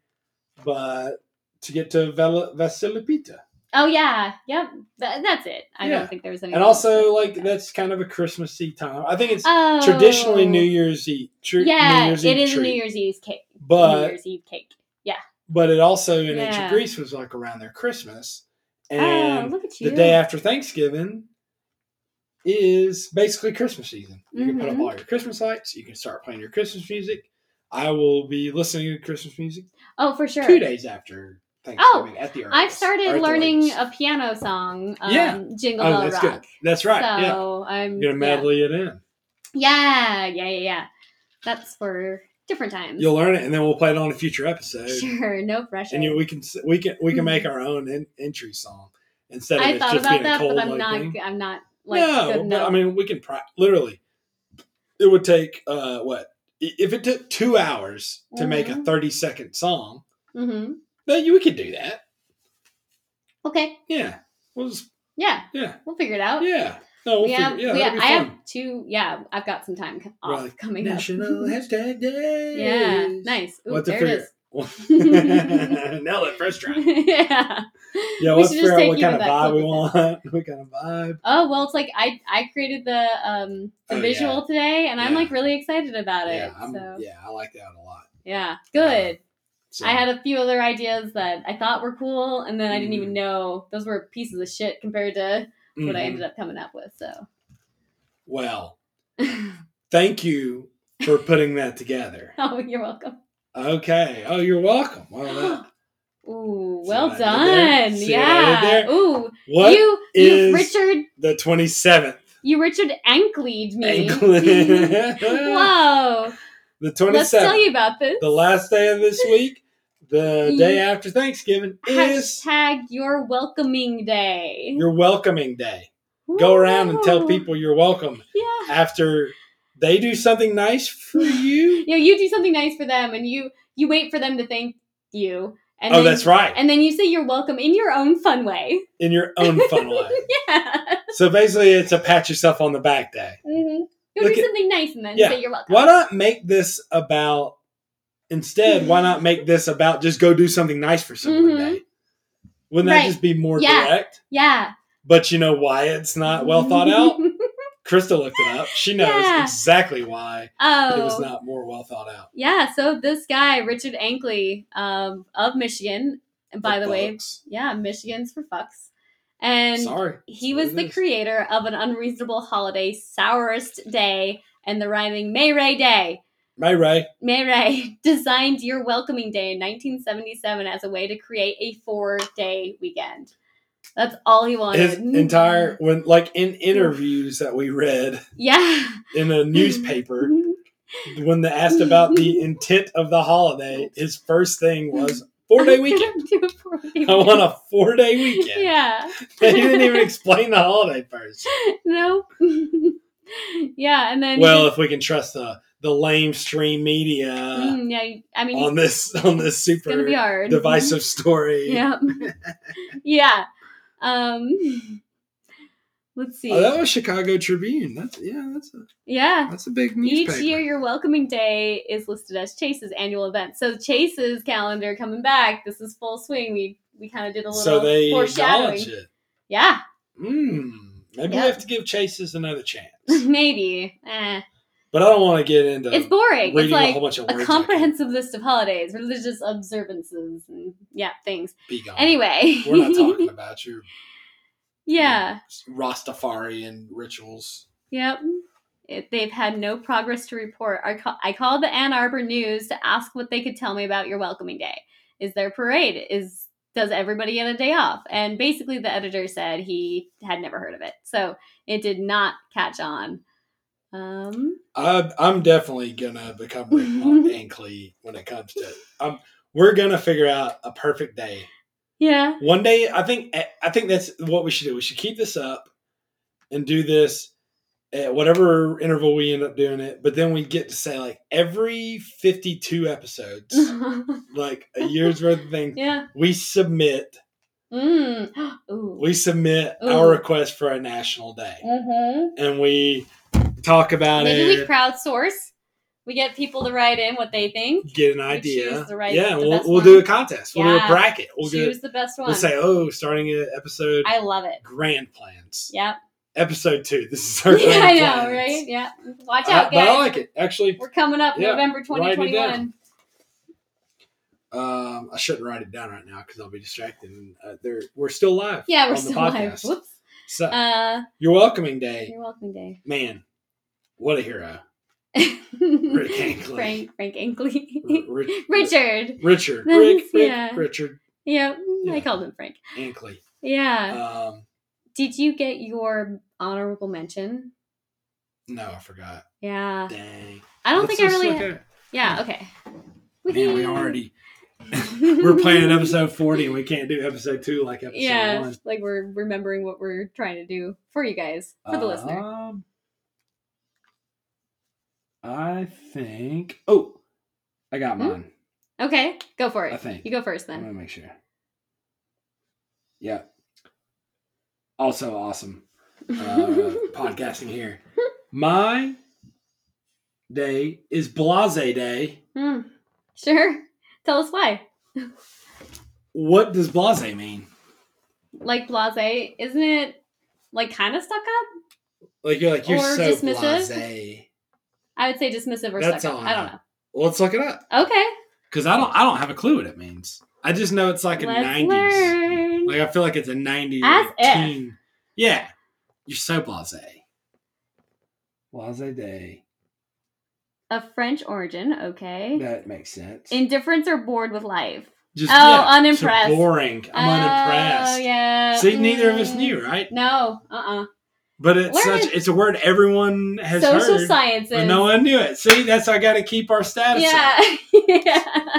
but to get to Vel- Vasilipita, Oh yeah, yep. That, that's it. I Yeah. don't think there was any. and also like that's kind of a Christmassy time. I think it's oh, traditionally New Year's Eve. Tr- Yeah, New Year's it Eve is a treat, New Year's Eve cake. but New Year's Eve cake. but it also in ancient Yeah. Greece was like around their Christmas, oh, and look at you. the day after Thanksgiving is basically Christmas season. You can put up Mhm. all your Christmas lights. You can start playing your Christmas music. I will be listening to Christmas music oh, for sure. Oh, two days after Thanksgiving at the earliest. I've or at started the learning latest. a piano song. Um, Yeah. Jingle oh, Bell that's Rock. good. That's right. yeah, So I'm you're gonna yeah. Mm-hmm. medley it in. yeah, yeah, yeah, yeah. That's for different times. You'll learn it, and then we'll play it on a future episode. sure, no pressure. And you, we can s- we can we can make our own in, entry song instead of I it thought just about being a that, cold but I'm like not. thing. I'm not like no, good but enough. I mean, we can pra- literally. It would take uh what i- if it took two hours to make a Mhm. thirty second song? mm-hmm. Then you we could do that. Okay. Yeah, we'll just, Yeah. yeah, We'll figure it out. yeah. No, we we'll have, figure, yeah, we that'll be have I have fun. two. Yeah, I've got some time co- off Right. coming National up. Hashtag Day. yeah, nice. Ooh, We'll have to there figure- it is. Nail it first try. yeah. Yeah, We let's should figure just out take what you kind to of that vibe we clip with want. what kind of vibe? Oh well, it's like I I created the um Oh, the yeah. visual today, and I'm Yeah. like really excited about it. Yeah, I'm, so yeah, yeah, I like that a lot. good. So, I had a few other ideas that I thought were cool, and then I didn't Mm. even know those were pieces of shit compared to what I mhm. ended up coming up with. So, Well, thank you for putting that together. oh, you're welcome. Okay. Oh, you're welcome. Well, that- Ooh, See well what I done. did there? See what I did Yeah. there? Ooh, what you you is- Richard the twenty seventh? you Richard ankled me. the Whoa. twenty Let's tell you seventh. about this. The last day of this week, the You- day after Thanksgiving, is Hashtag your welcoming day. your welcoming day. Go around and tell Woo. people you're welcome Yeah. after they do something nice for you. you know, you do something nice for them and you you wait for them to thank you. And oh, then, that's right. And then you say you're welcome in your own fun way. In your own fun way. Yeah. So basically, it's a pat yourself on the back day. hmm Go Mm-hmm. Look do at- something nice and then Yeah. say you're welcome. Why not make this about instead? Why not make this about just go do something nice for someone Mhm. today? Wouldn't that Right. just be more Yeah. direct? Yeah. But you know why it's not well thought out? Crystal looked it up. She knows Yeah. exactly why oh. it was not more well thought out. Yeah, so this guy, Richard Ankley um, of Michigan, and by the, way, folks. yeah, Michigan's for fucks. And sorry, he That's was what it the is. creator of an unreasonable holiday, Sourest Day, and the rhyming May Ray Day. May Ray. May Ray designed Your Welcoming Day in 1977 as a way to create a four day weekend. That's all he wanted. His entire when like in interviews that we read Yeah. in a newspaper when they asked about the intent of the holiday, his first thing was four day weekend. Do a four-day I want weekend. a four day weekend. Yeah. They didn't even explain the holiday first. no. yeah, and then Well, if we can trust the the lamestream media Mm, yeah, I mean, uh, on this on this it's gonna super be hard. Mm-hmm. divisive story. Yeah, yeah. Um, let's see. Oh, that was Chicago Tribune. That's yeah, that's a yeah. that's a big Each newspaper. year, your welcoming day is listed as Chase's annual event. So Chase's calendar coming back. This is full swing. We we kind of did a little so they foreshadowing. acknowledge it. Yeah, Mm, maybe Yeah. we have to give Chases another chance. maybe. Eh. But I don't want to get into It's boring. reading It's a like whole bunch of words. a I can't comprehensive list of holidays, religious observances, and yeah, things. be gone. Anyway, We're not talking about your yeah. Rastafarian rituals. Yep. It, they've had no progress to report. I, ca- I called the Ann Arbor News to ask what they could tell me about your welcoming day. Is there a parade? Is does everybody get a day off? And basically, the editor said he had never heard of it, so it did not catch on. Um, I, I'm definitely gonna become Rick Ankley when it comes to. Um, we're gonna figure out a perfect day. yeah, One day, I think. eh, I think that's what we should do. We should keep this up and do this at whatever interval we end up doing it. But then we get to say like every 52 episodes, like a year's worth of things, yeah. we submit. Mm. Ooh. We submit our Ooh. request for a national day, Mm-hmm. and we talk about Maybe it. we crowdsource. We get people to write in what they think. get an We idea. choose the right- yeah, the we'll, best we'll one. do a contest. We'll do a Yeah. bracket. We'll do. Choose the best one. We'll say, oh, starting at episode I love it. grand plans. Yep. Episode two. This is our yeah, grand I plans. know, right? Yeah. Watch I- out, but I guys. like it actually. We're coming up Yeah, November write it down. 2021. Um, I shouldn't write it down right now because I'll be distracted. And, uh, there, we're still live. Yeah, we're on the still live. podcast. Whoops. So Uh, your welcoming day, your welcome day. man. What a hero, Rick Ankley. Frank, Frank R- Ankley. Rich- Richard. Richard, Rick, Rick, Yeah. Richard Yep. Yeah. I called him Frank. Ankley. Yeah. Um, Did you get your honorable mention? no, I forgot. Yeah. Dang. I don't think I really. Look yeah. Okay. at, man, we already we're playing episode 40 and we can't do episode 2 like episode Yeah, 1 like we're remembering what we're trying to do for you guys, for the listener. Um, i think oh i got Hmm? mine Okay, go for it. I think. You go first then. i'm gonna make sure yeah also awesome uh, podcasting here. My day is Blase Day. Hmm. Sure. Tell us why. What does Blase mean? Like blase, isn't it like kind of stuck up? Like you're like you're Or so dismissive? blase. I would say dismissive or That's stuck up. all I I don't know. Well, let's look it up Okay. because I don't I don't have a clue what it means. I just know it's like a Let's nineties. learn. Like I feel like it's a ninety As like, if. teen. Yeah, you're so blase. Blase Day. Of French origin. Okay. That makes sense. Indifference or bored with life. Just, Oh, unimpressed. So boring. I'm Oh unimpressed. yeah. See, neither of us Mm. knew, right? No. Uh. uh But it's Where such is- it's a word everyone has Social heard, sciences. but no one knew it. See, that's I got to keep our status. up. Yeah. yeah.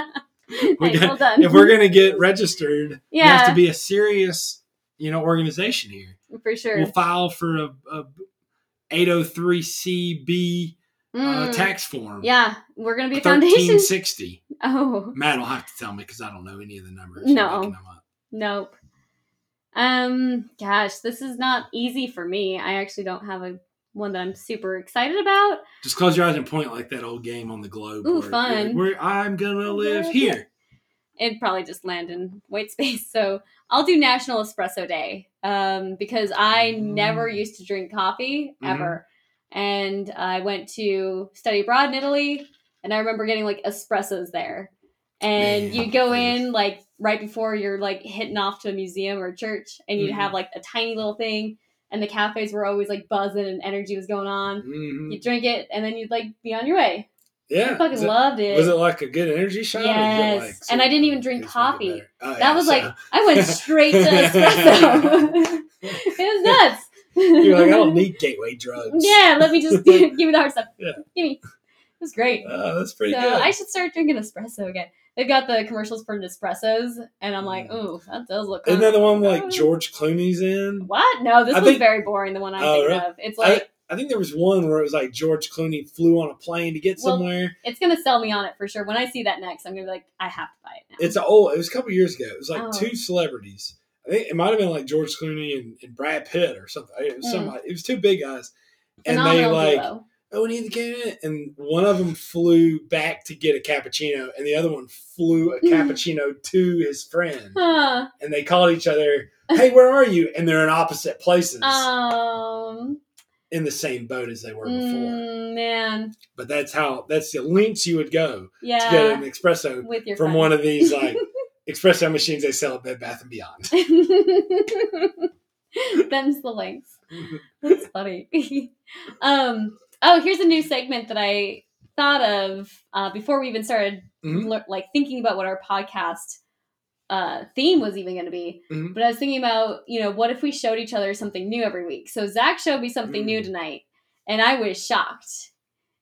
Hey, got- well done. If we're gonna get registered, we have yeah, to be a serious, you know, organization here. for sure. We'll file for a, a 803CB uh, Mm. tax form. Yeah, we're gonna be a foundation. 1360. Oh Matt will have to tell me because I don't know any of the numbers. No. I'm making them up. nope. Um, gosh, this is not easy for me. I actually don't have a one that I'm super excited about. Just close your eyes and point like that old game on the globe. Ooh, where you're like, fun. Where I'm gonna live Live here. It'd probably just land in white space. So I'll do National Espresso Day um, because I Mm. Mm-hmm. never used to drink coffee ever. And I went to study abroad in Italy and I remember getting like espressos there. And Man, you'd go please. in like right before you're like hitting off to a museum or a church and you'd Mhm. have like a tiny little thing. And the cafes were always like buzzing and energy was going on. Mhm. You'd drink it and then you'd like be on your way. Yeah. I fucking Is it- loved it. Was it like a good energy shot? or did it, Yes. like, And I didn't even it drink was gonna coffee. get better? Oh, That yeah, was so- like I went straight to espresso. it was nuts. you're like I don't need gateway drugs. Yeah, let me just give me the hard stuff. Yeah. Give me. It was great. Oh, that's pretty so good. I should start drinking espresso again. They've got the commercials for Nespressos, and I'm like, ooh, that does look. Mm. Isn't that the one like Oh. George Clooney's in? What? No, this I was think- very boring. The one I'm Oh, thinking really? of. It's like I think there was one where it was like George Clooney flew on a plane to get Well, somewhere. it's gonna sell me on it for sure. When I see that next, I'm gonna be like, I have to buy it now. It's a old. It was a couple years ago. It was like Oh. two celebrities. I think it might have been like George Clooney and, and Brad Pitt or something. It was Mm. somebody. It was two big guys, and they Phenomenal like, duo. oh, we need to get it. And one of them flew back to get a cappuccino, and the other one flew a cappuccino to his friend. Hmm. Huh. And they called each other, "Hey, where are you?" And they're in opposite places Uh. Um. in the same boat as they were before. mm, man. But that's how. That's the lengths you would go Yeah. to get an espresso with your from friends. one of these like espresso machines they sell at Bed Bath and Beyond. Them's the links. That's funny. um. Oh, here's a new segment that I thought of uh, before we even started, Mhm. lear- like thinking about what our podcast uh, theme was even going to be. Mhm. But I was thinking about, you know, what if we showed each other something new every week? So Zach showed me something new Mm. tonight, and I was shocked.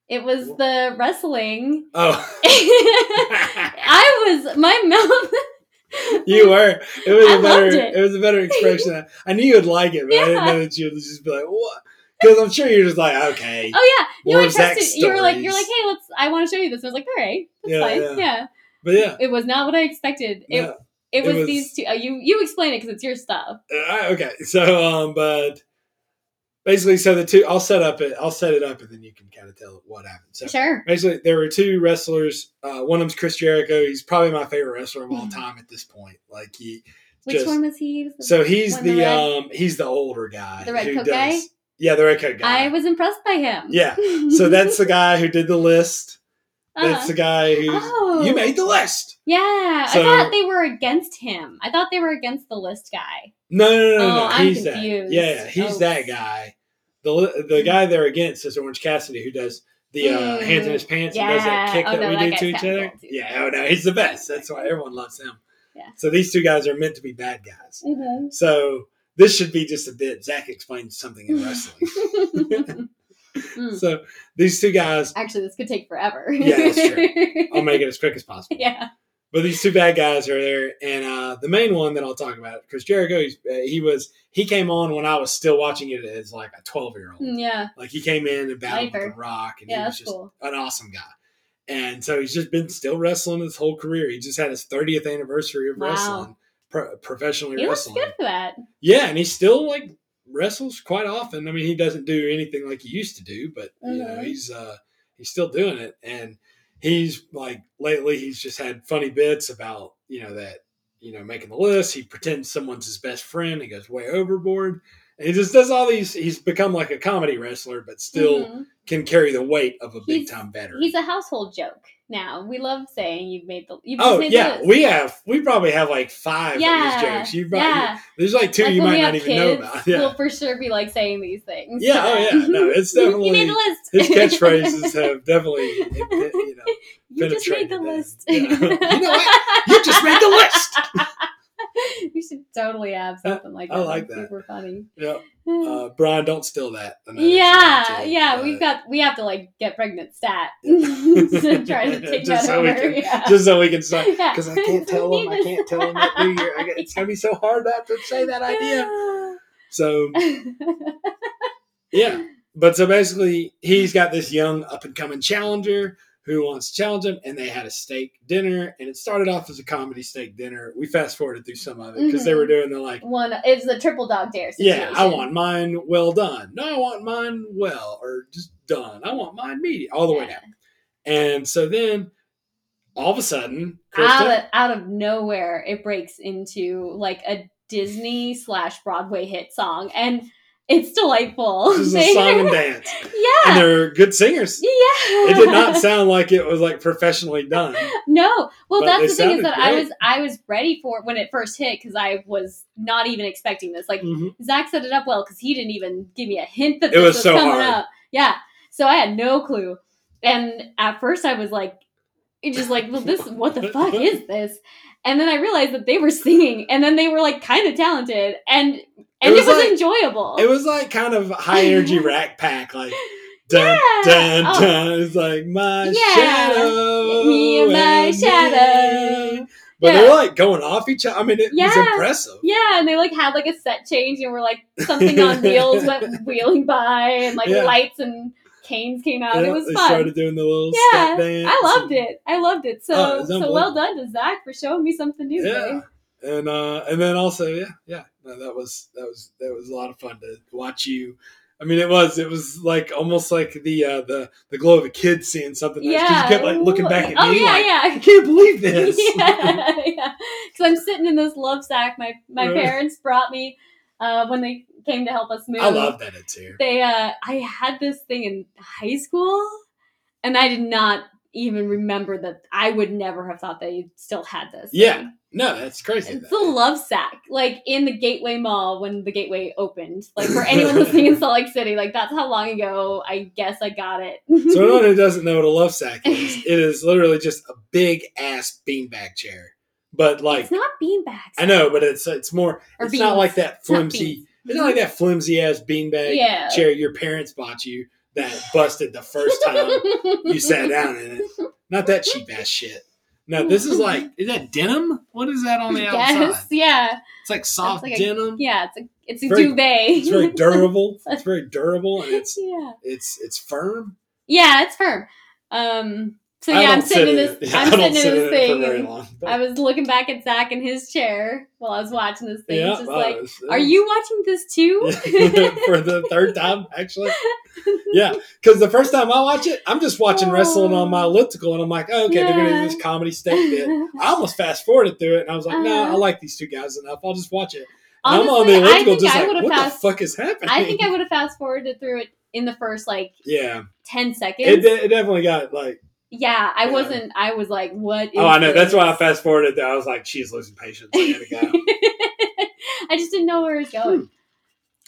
It was Wh- the wrestling. Oh, I was my mouth. oh, you were. It was I a better. loved it. It. was a better expression. I knew you'd like it, but I didn't Yeah. know that you'd just be like, "What?" Because I'm sure you're just like, "Okay, Oh yeah, More no, I of Zach's tested. You were like, you're like, stories. hey, let's. I want to show you this. I was like, all right, that's yeah, fine. yeah. Yeah. But yeah, it was not what I expected. It no. it, it was was- these two. Oh, you you explain it because it's your stuff. Uh, okay. So, um, but basically, so the two, I'll set up it. I'll set it up, and then you can kind of tell what happened. So, Sure. basically there were two wrestlers uh, one of them's chris jericho he's probably my favorite wrestler of all Mhm. time at this point like he Which just- one was he? He was the- so he's One the, the red- um he's the older guy The red coat guy? yeah the red coat guy I was impressed by him. yeah so that's the guy who did the list that's Uh-huh. the guy who Oh. you made the list Yeah, So- I thought they were against him. I thought they were against the list guy. no no no no, Oh, no. I'm he's that confused. yeah yeah, he's Oh. Hmm. that guy the li- the guy they're against is orange cassidy who does the uh, Mm, hands in his pants and does that yeah. kick Oh, that no, we that do to guy's each other technical, too. yeah oh no he's the best that's why everyone loves him Yeah. so these two guys are meant to be bad guys Mm-hmm. So this should be just a bit. Zach explains something in wrestling. Hmm. Mm. so these two guys, Actually, this could take forever. Yeah, that's true. I'll make it as quick as possible. yeah. But these two bad guys are there, and uh, the main one that I'll talk about, Chris Jericho, he's, uh, he was he came on when I was still watching it as like a twelve year old. Mm, Yeah. Like he came in and battled with Lifer. the Rock, and Yeah, he was that's just cool. an awesome guy. And so he's just been still wrestling his whole career. He just had his 30th anniversary of Wow. wrestling, pro- professionally He looks wrestling. good for that. Yeah, and he's still like wrestles quite often. I mean, he doesn't do anything like he used to do, but you know, Mhm. he's uh, he's still doing it, and he's like lately he's just had funny bits about you know that you know making the list. He pretends someone's his best friend. He goes way overboard. And he just does all these. He's become like a comedy wrestler, but still Mhm. can carry the weight of a big He's- time veteran. He's a household joke now. We love saying you've made the. You've just Oh made yeah, the we have we probably have like five of these yeah, jokes. You, probably, yeah. there's like two like you when might we not have even know kids, about. Yeah, we'll for sure be like saying these things. yeah, oh yeah. No, it's you definitely made the list. his catchphrases have definitely you know you just made penetrated the that. list. Yeah. You know what? you just made the list. We should totally have Yeah, something like I that. like That's that. Super funny. Yeah, uh, Brian, don't steal that. I know that's yeah, your idea, yeah. but We've got we have to like get pregnant stat. to try to take Just that so we over. can- yeah. just so we can start Yeah. because I can't tell We him. I need can't tell him that New Year. I get, it's gonna be so hard to have to say that idea. So yeah, but so basically, he's got this young up and coming challenger who wants to challenge him, and they had a steak dinner, and it started off as a comedy steak dinner. We fast forwarded through some of it because they were Mm-hmm. doing the like. One is the triple dog dare Yeah, situation. I want mine well done. No, I want mine well or just done. I want mine medium all the way down. And so then, all of a sudden, out Krista, of, out of nowhere it breaks into like a disney slash broadway hit song and it's delightful this is a They- song and dance, and yeah they're good singers. yeah It did not sound like it was like professionally done. no But well they that's the thing is sounded that i great. was i was ready for it when it first hit because i was not even expecting this like Mhm. zach set it up well because he didn't even give me a hint that It this was was, so coming hard. up yeah so i had no clue and at first i was like it just like well this what the fuck is this and then i realized that they were singing and then they were like kind of talented and and it was was, like- enjoyable It was like kind of high energy rack pack, like dun Yeah. dun Oh. dun. It's like my Yeah. shadow, Oh, Me and my me. shadow. But they Yeah. were like going off each other. I mean, it was Yeah. impressive. yeah, and they like had like a set change, and we're like something on wheels went wheeling by, and like Yeah. lights and canes came out. Yeah, it was they fun. started doing the little Yeah, step dance. I loved and- it. I loved it. So Oh, it was so well done to Zach for showing me something new. Yeah. today. And uh, and then also, yeah, yeah, no, that was that was that was a lot of fun to watch you. I mean, it was it was like almost like the uh, the the glow of a kid seeing something. Nice, 'cause you kept like looking back at oh, me. yeah, like, I yeah. can't believe Yeah, this. yeah. Because I'm sitting in this love sack. My my Yeah. parents brought me uh, when they came to help us move. I love that it's here. They uh, I had this thing in high school, and I did not even remember that. I would never have thought they still had this. Yeah. thing. No, that's crazy. It's though. the love sack, like in the Gateway Mall when the Gateway opened. Like for anyone listening in Salt Lake City, like that's how long ago I guess I got it. So anyone who doesn't know what a love sack is, it is literally just a big ass beanbag chair. But like it's not beanbags. I know, but it's it's more Or it's not beans. like that It's not flimsy beans. it's not like that flimsy ass beanbag Yeah. chair your parents bought you that busted the first time you sat down in it. Not that cheap ass shit. No, this is like is that denim? What is that on the Yes, outside? yeah, It's like soft like a- denim. yeah. It's a it's a Very- duvet. It's very durable. It's very durable and it's yeah, it's it's firm. yeah. It's firm. Um. So I yeah, I'm don't sit sitting in it. this. Yeah, I'm I don't sitting in sit this it for thing. very and long, but- I was looking back at Zach in his chair while I was watching this thing. just well, like, it's- are you watching this too? for the third time actually? Yeah, because the first time I watch it, I'm just watching wrestling on my elliptical, and I'm like, oh, okay, they're gonna do this comedy steak bit. I almost fast forwarded through it, and I was like, no, Uh-huh. I like these two guys enough. I'll just watch it. And Honestly, I'm on the I elliptical, think just I like, would what have fast. the fuck is happening? I think I would have fast forwarded through it in the first like yeah, ten seconds. it, de- it definitely got like. yeah, I Yeah. wasn't. I was like, what? Is Oh, I know. That's why I this? fast forwarded. There, I was like, she's losing patience. I gotta go. I just didn't know where it was Hmm. going.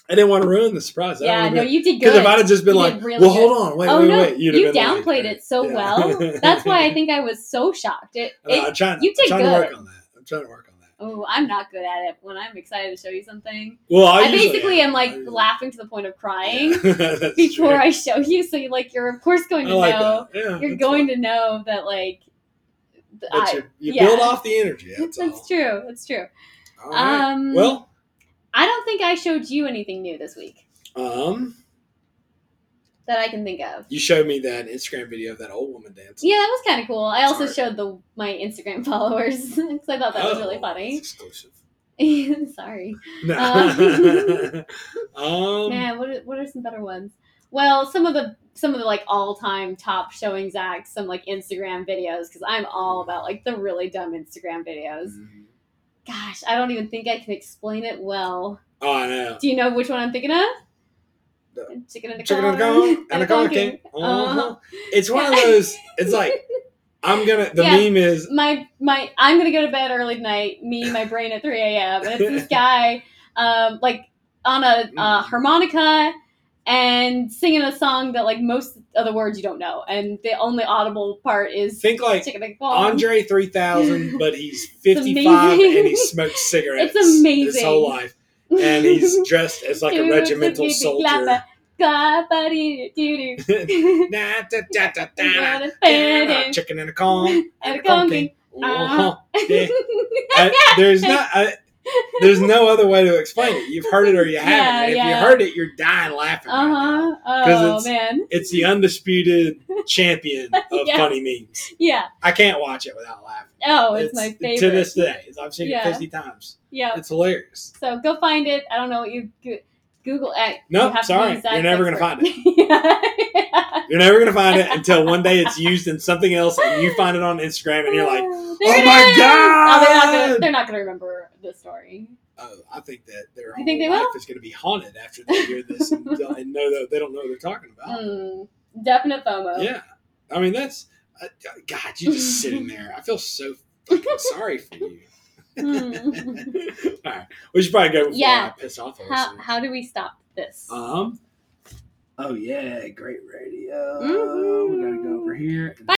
I didn't want to ruin the surprise. yeah, no, you did Because good. if I'd have just been You like, did really well, good. hold on, wait, oh wait, no, wait, you'd have you been like- downplayed it so Yeah. well. That's why I think I was so shocked. It, No, it I'm trying, you I'm did trying to work good. on that. I'm trying to work on that. oh, I'm not good at it. When I'm excited to show you something, Well, I, I, usually basically am like usually- laughing to the point of crying Yeah, that's before true. I show you. So you like, you're of course going to like know. that. Yeah, You're that's going fine. to know that like. th- But I- you you yeah. build off the energy. That's, That's, all. true. That's true. All right. Um, well, I don't think I showed you anything new this week um, that I can think of. you showed me that Instagram video of that old woman dancing. Yeah, that was kind of cool. I also Sorry. showed the my Instagram followers because I thought that was really Oh, funny. that's exclusive. Sorry. No. Um, um, Man, what are, what are some better ones? Well, some of the some of the like all time top showings acts, some like Instagram videos, because I'm all about like the really dumb Instagram videos. mm-hmm. Gosh, I don't even think I can explain it well. Oh, I know. Do you know which one I'm thinking of? The- Chicken and the Chicken and the Cone. Cone and the Cone King. Uh-huh. Uh-huh. It's one of Yeah. those. It's like I'm gonna. The Yeah. meme is my my I'm gonna go to bed early tonight. Me, my brain at 3 a.m. And it's this guy, um, like on a Mm. uh, harmonica and singing a song that like most of the words you don't know, and the only audible part is think like chicken and corn. Andre 3000, but he's um, It's 55 and amazing. he smokes cigarettes. His amazing. whole life, and he's dressed as like Dude, a it's regimental baby soldier. clapper, clapper, dee, dee, dee, doo. Na, da, da, da, da, Gonna da, fit da. in Chicken and a con. at a Con conking. King. Uh-huh. Uh-huh. Yeah. I- there's not. I, there's no other way to explain it. You've heard it or you Yeah, haven't. And if you yeah. heard it, you're dying laughing. right now. Uh-huh. 'Cause Oh it's- man. It's the undisputed champion of Yes. funny memes. Yeah. I can't watch it without laughing. Oh, it's, my favorite. to this day. I've seen Yeah. it 50 times. Yeah. It's hilarious. So go find it. I don't know what you go- Google it. No, you have sorry. You're never gonna find it. You're never gonna find it until one day it's used in something else, and you find it on Instagram, and you're like, There it my is! Oh, they're, not gonna, God! they're not gonna remember the story. "Oh, I think that their You think whole they life is gonna be haunted after they hear this and, don't- and know that they don't know what they're talking about." Mm, definite FOMO. Oh. Yeah, I mean that's uh, God. You just sitting there. I feel so fucking sorry for you. Mm. All right, we should probably go before Yeah. I piss off. our how, listeners. how do we stop this? Uh, Um. Oh yeah, great radio. Mhm. We gotta go over here. and-